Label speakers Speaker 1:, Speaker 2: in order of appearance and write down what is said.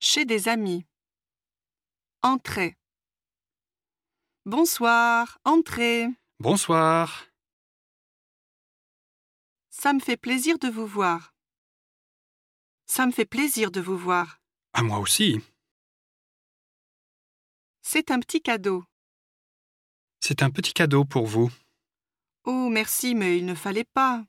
Speaker 1: Chez des amis. Entrez. Bonsoir, entrez.
Speaker 2: Bonsoir.
Speaker 1: Ça me fait plaisir de vous voir. Ça me fait plaisir de vous voir.
Speaker 2: À moi aussi.
Speaker 1: C'est un petit cadeau.
Speaker 2: C'est un petit cadeau pour vous.
Speaker 1: Oh, merci, mais il ne fallait pas.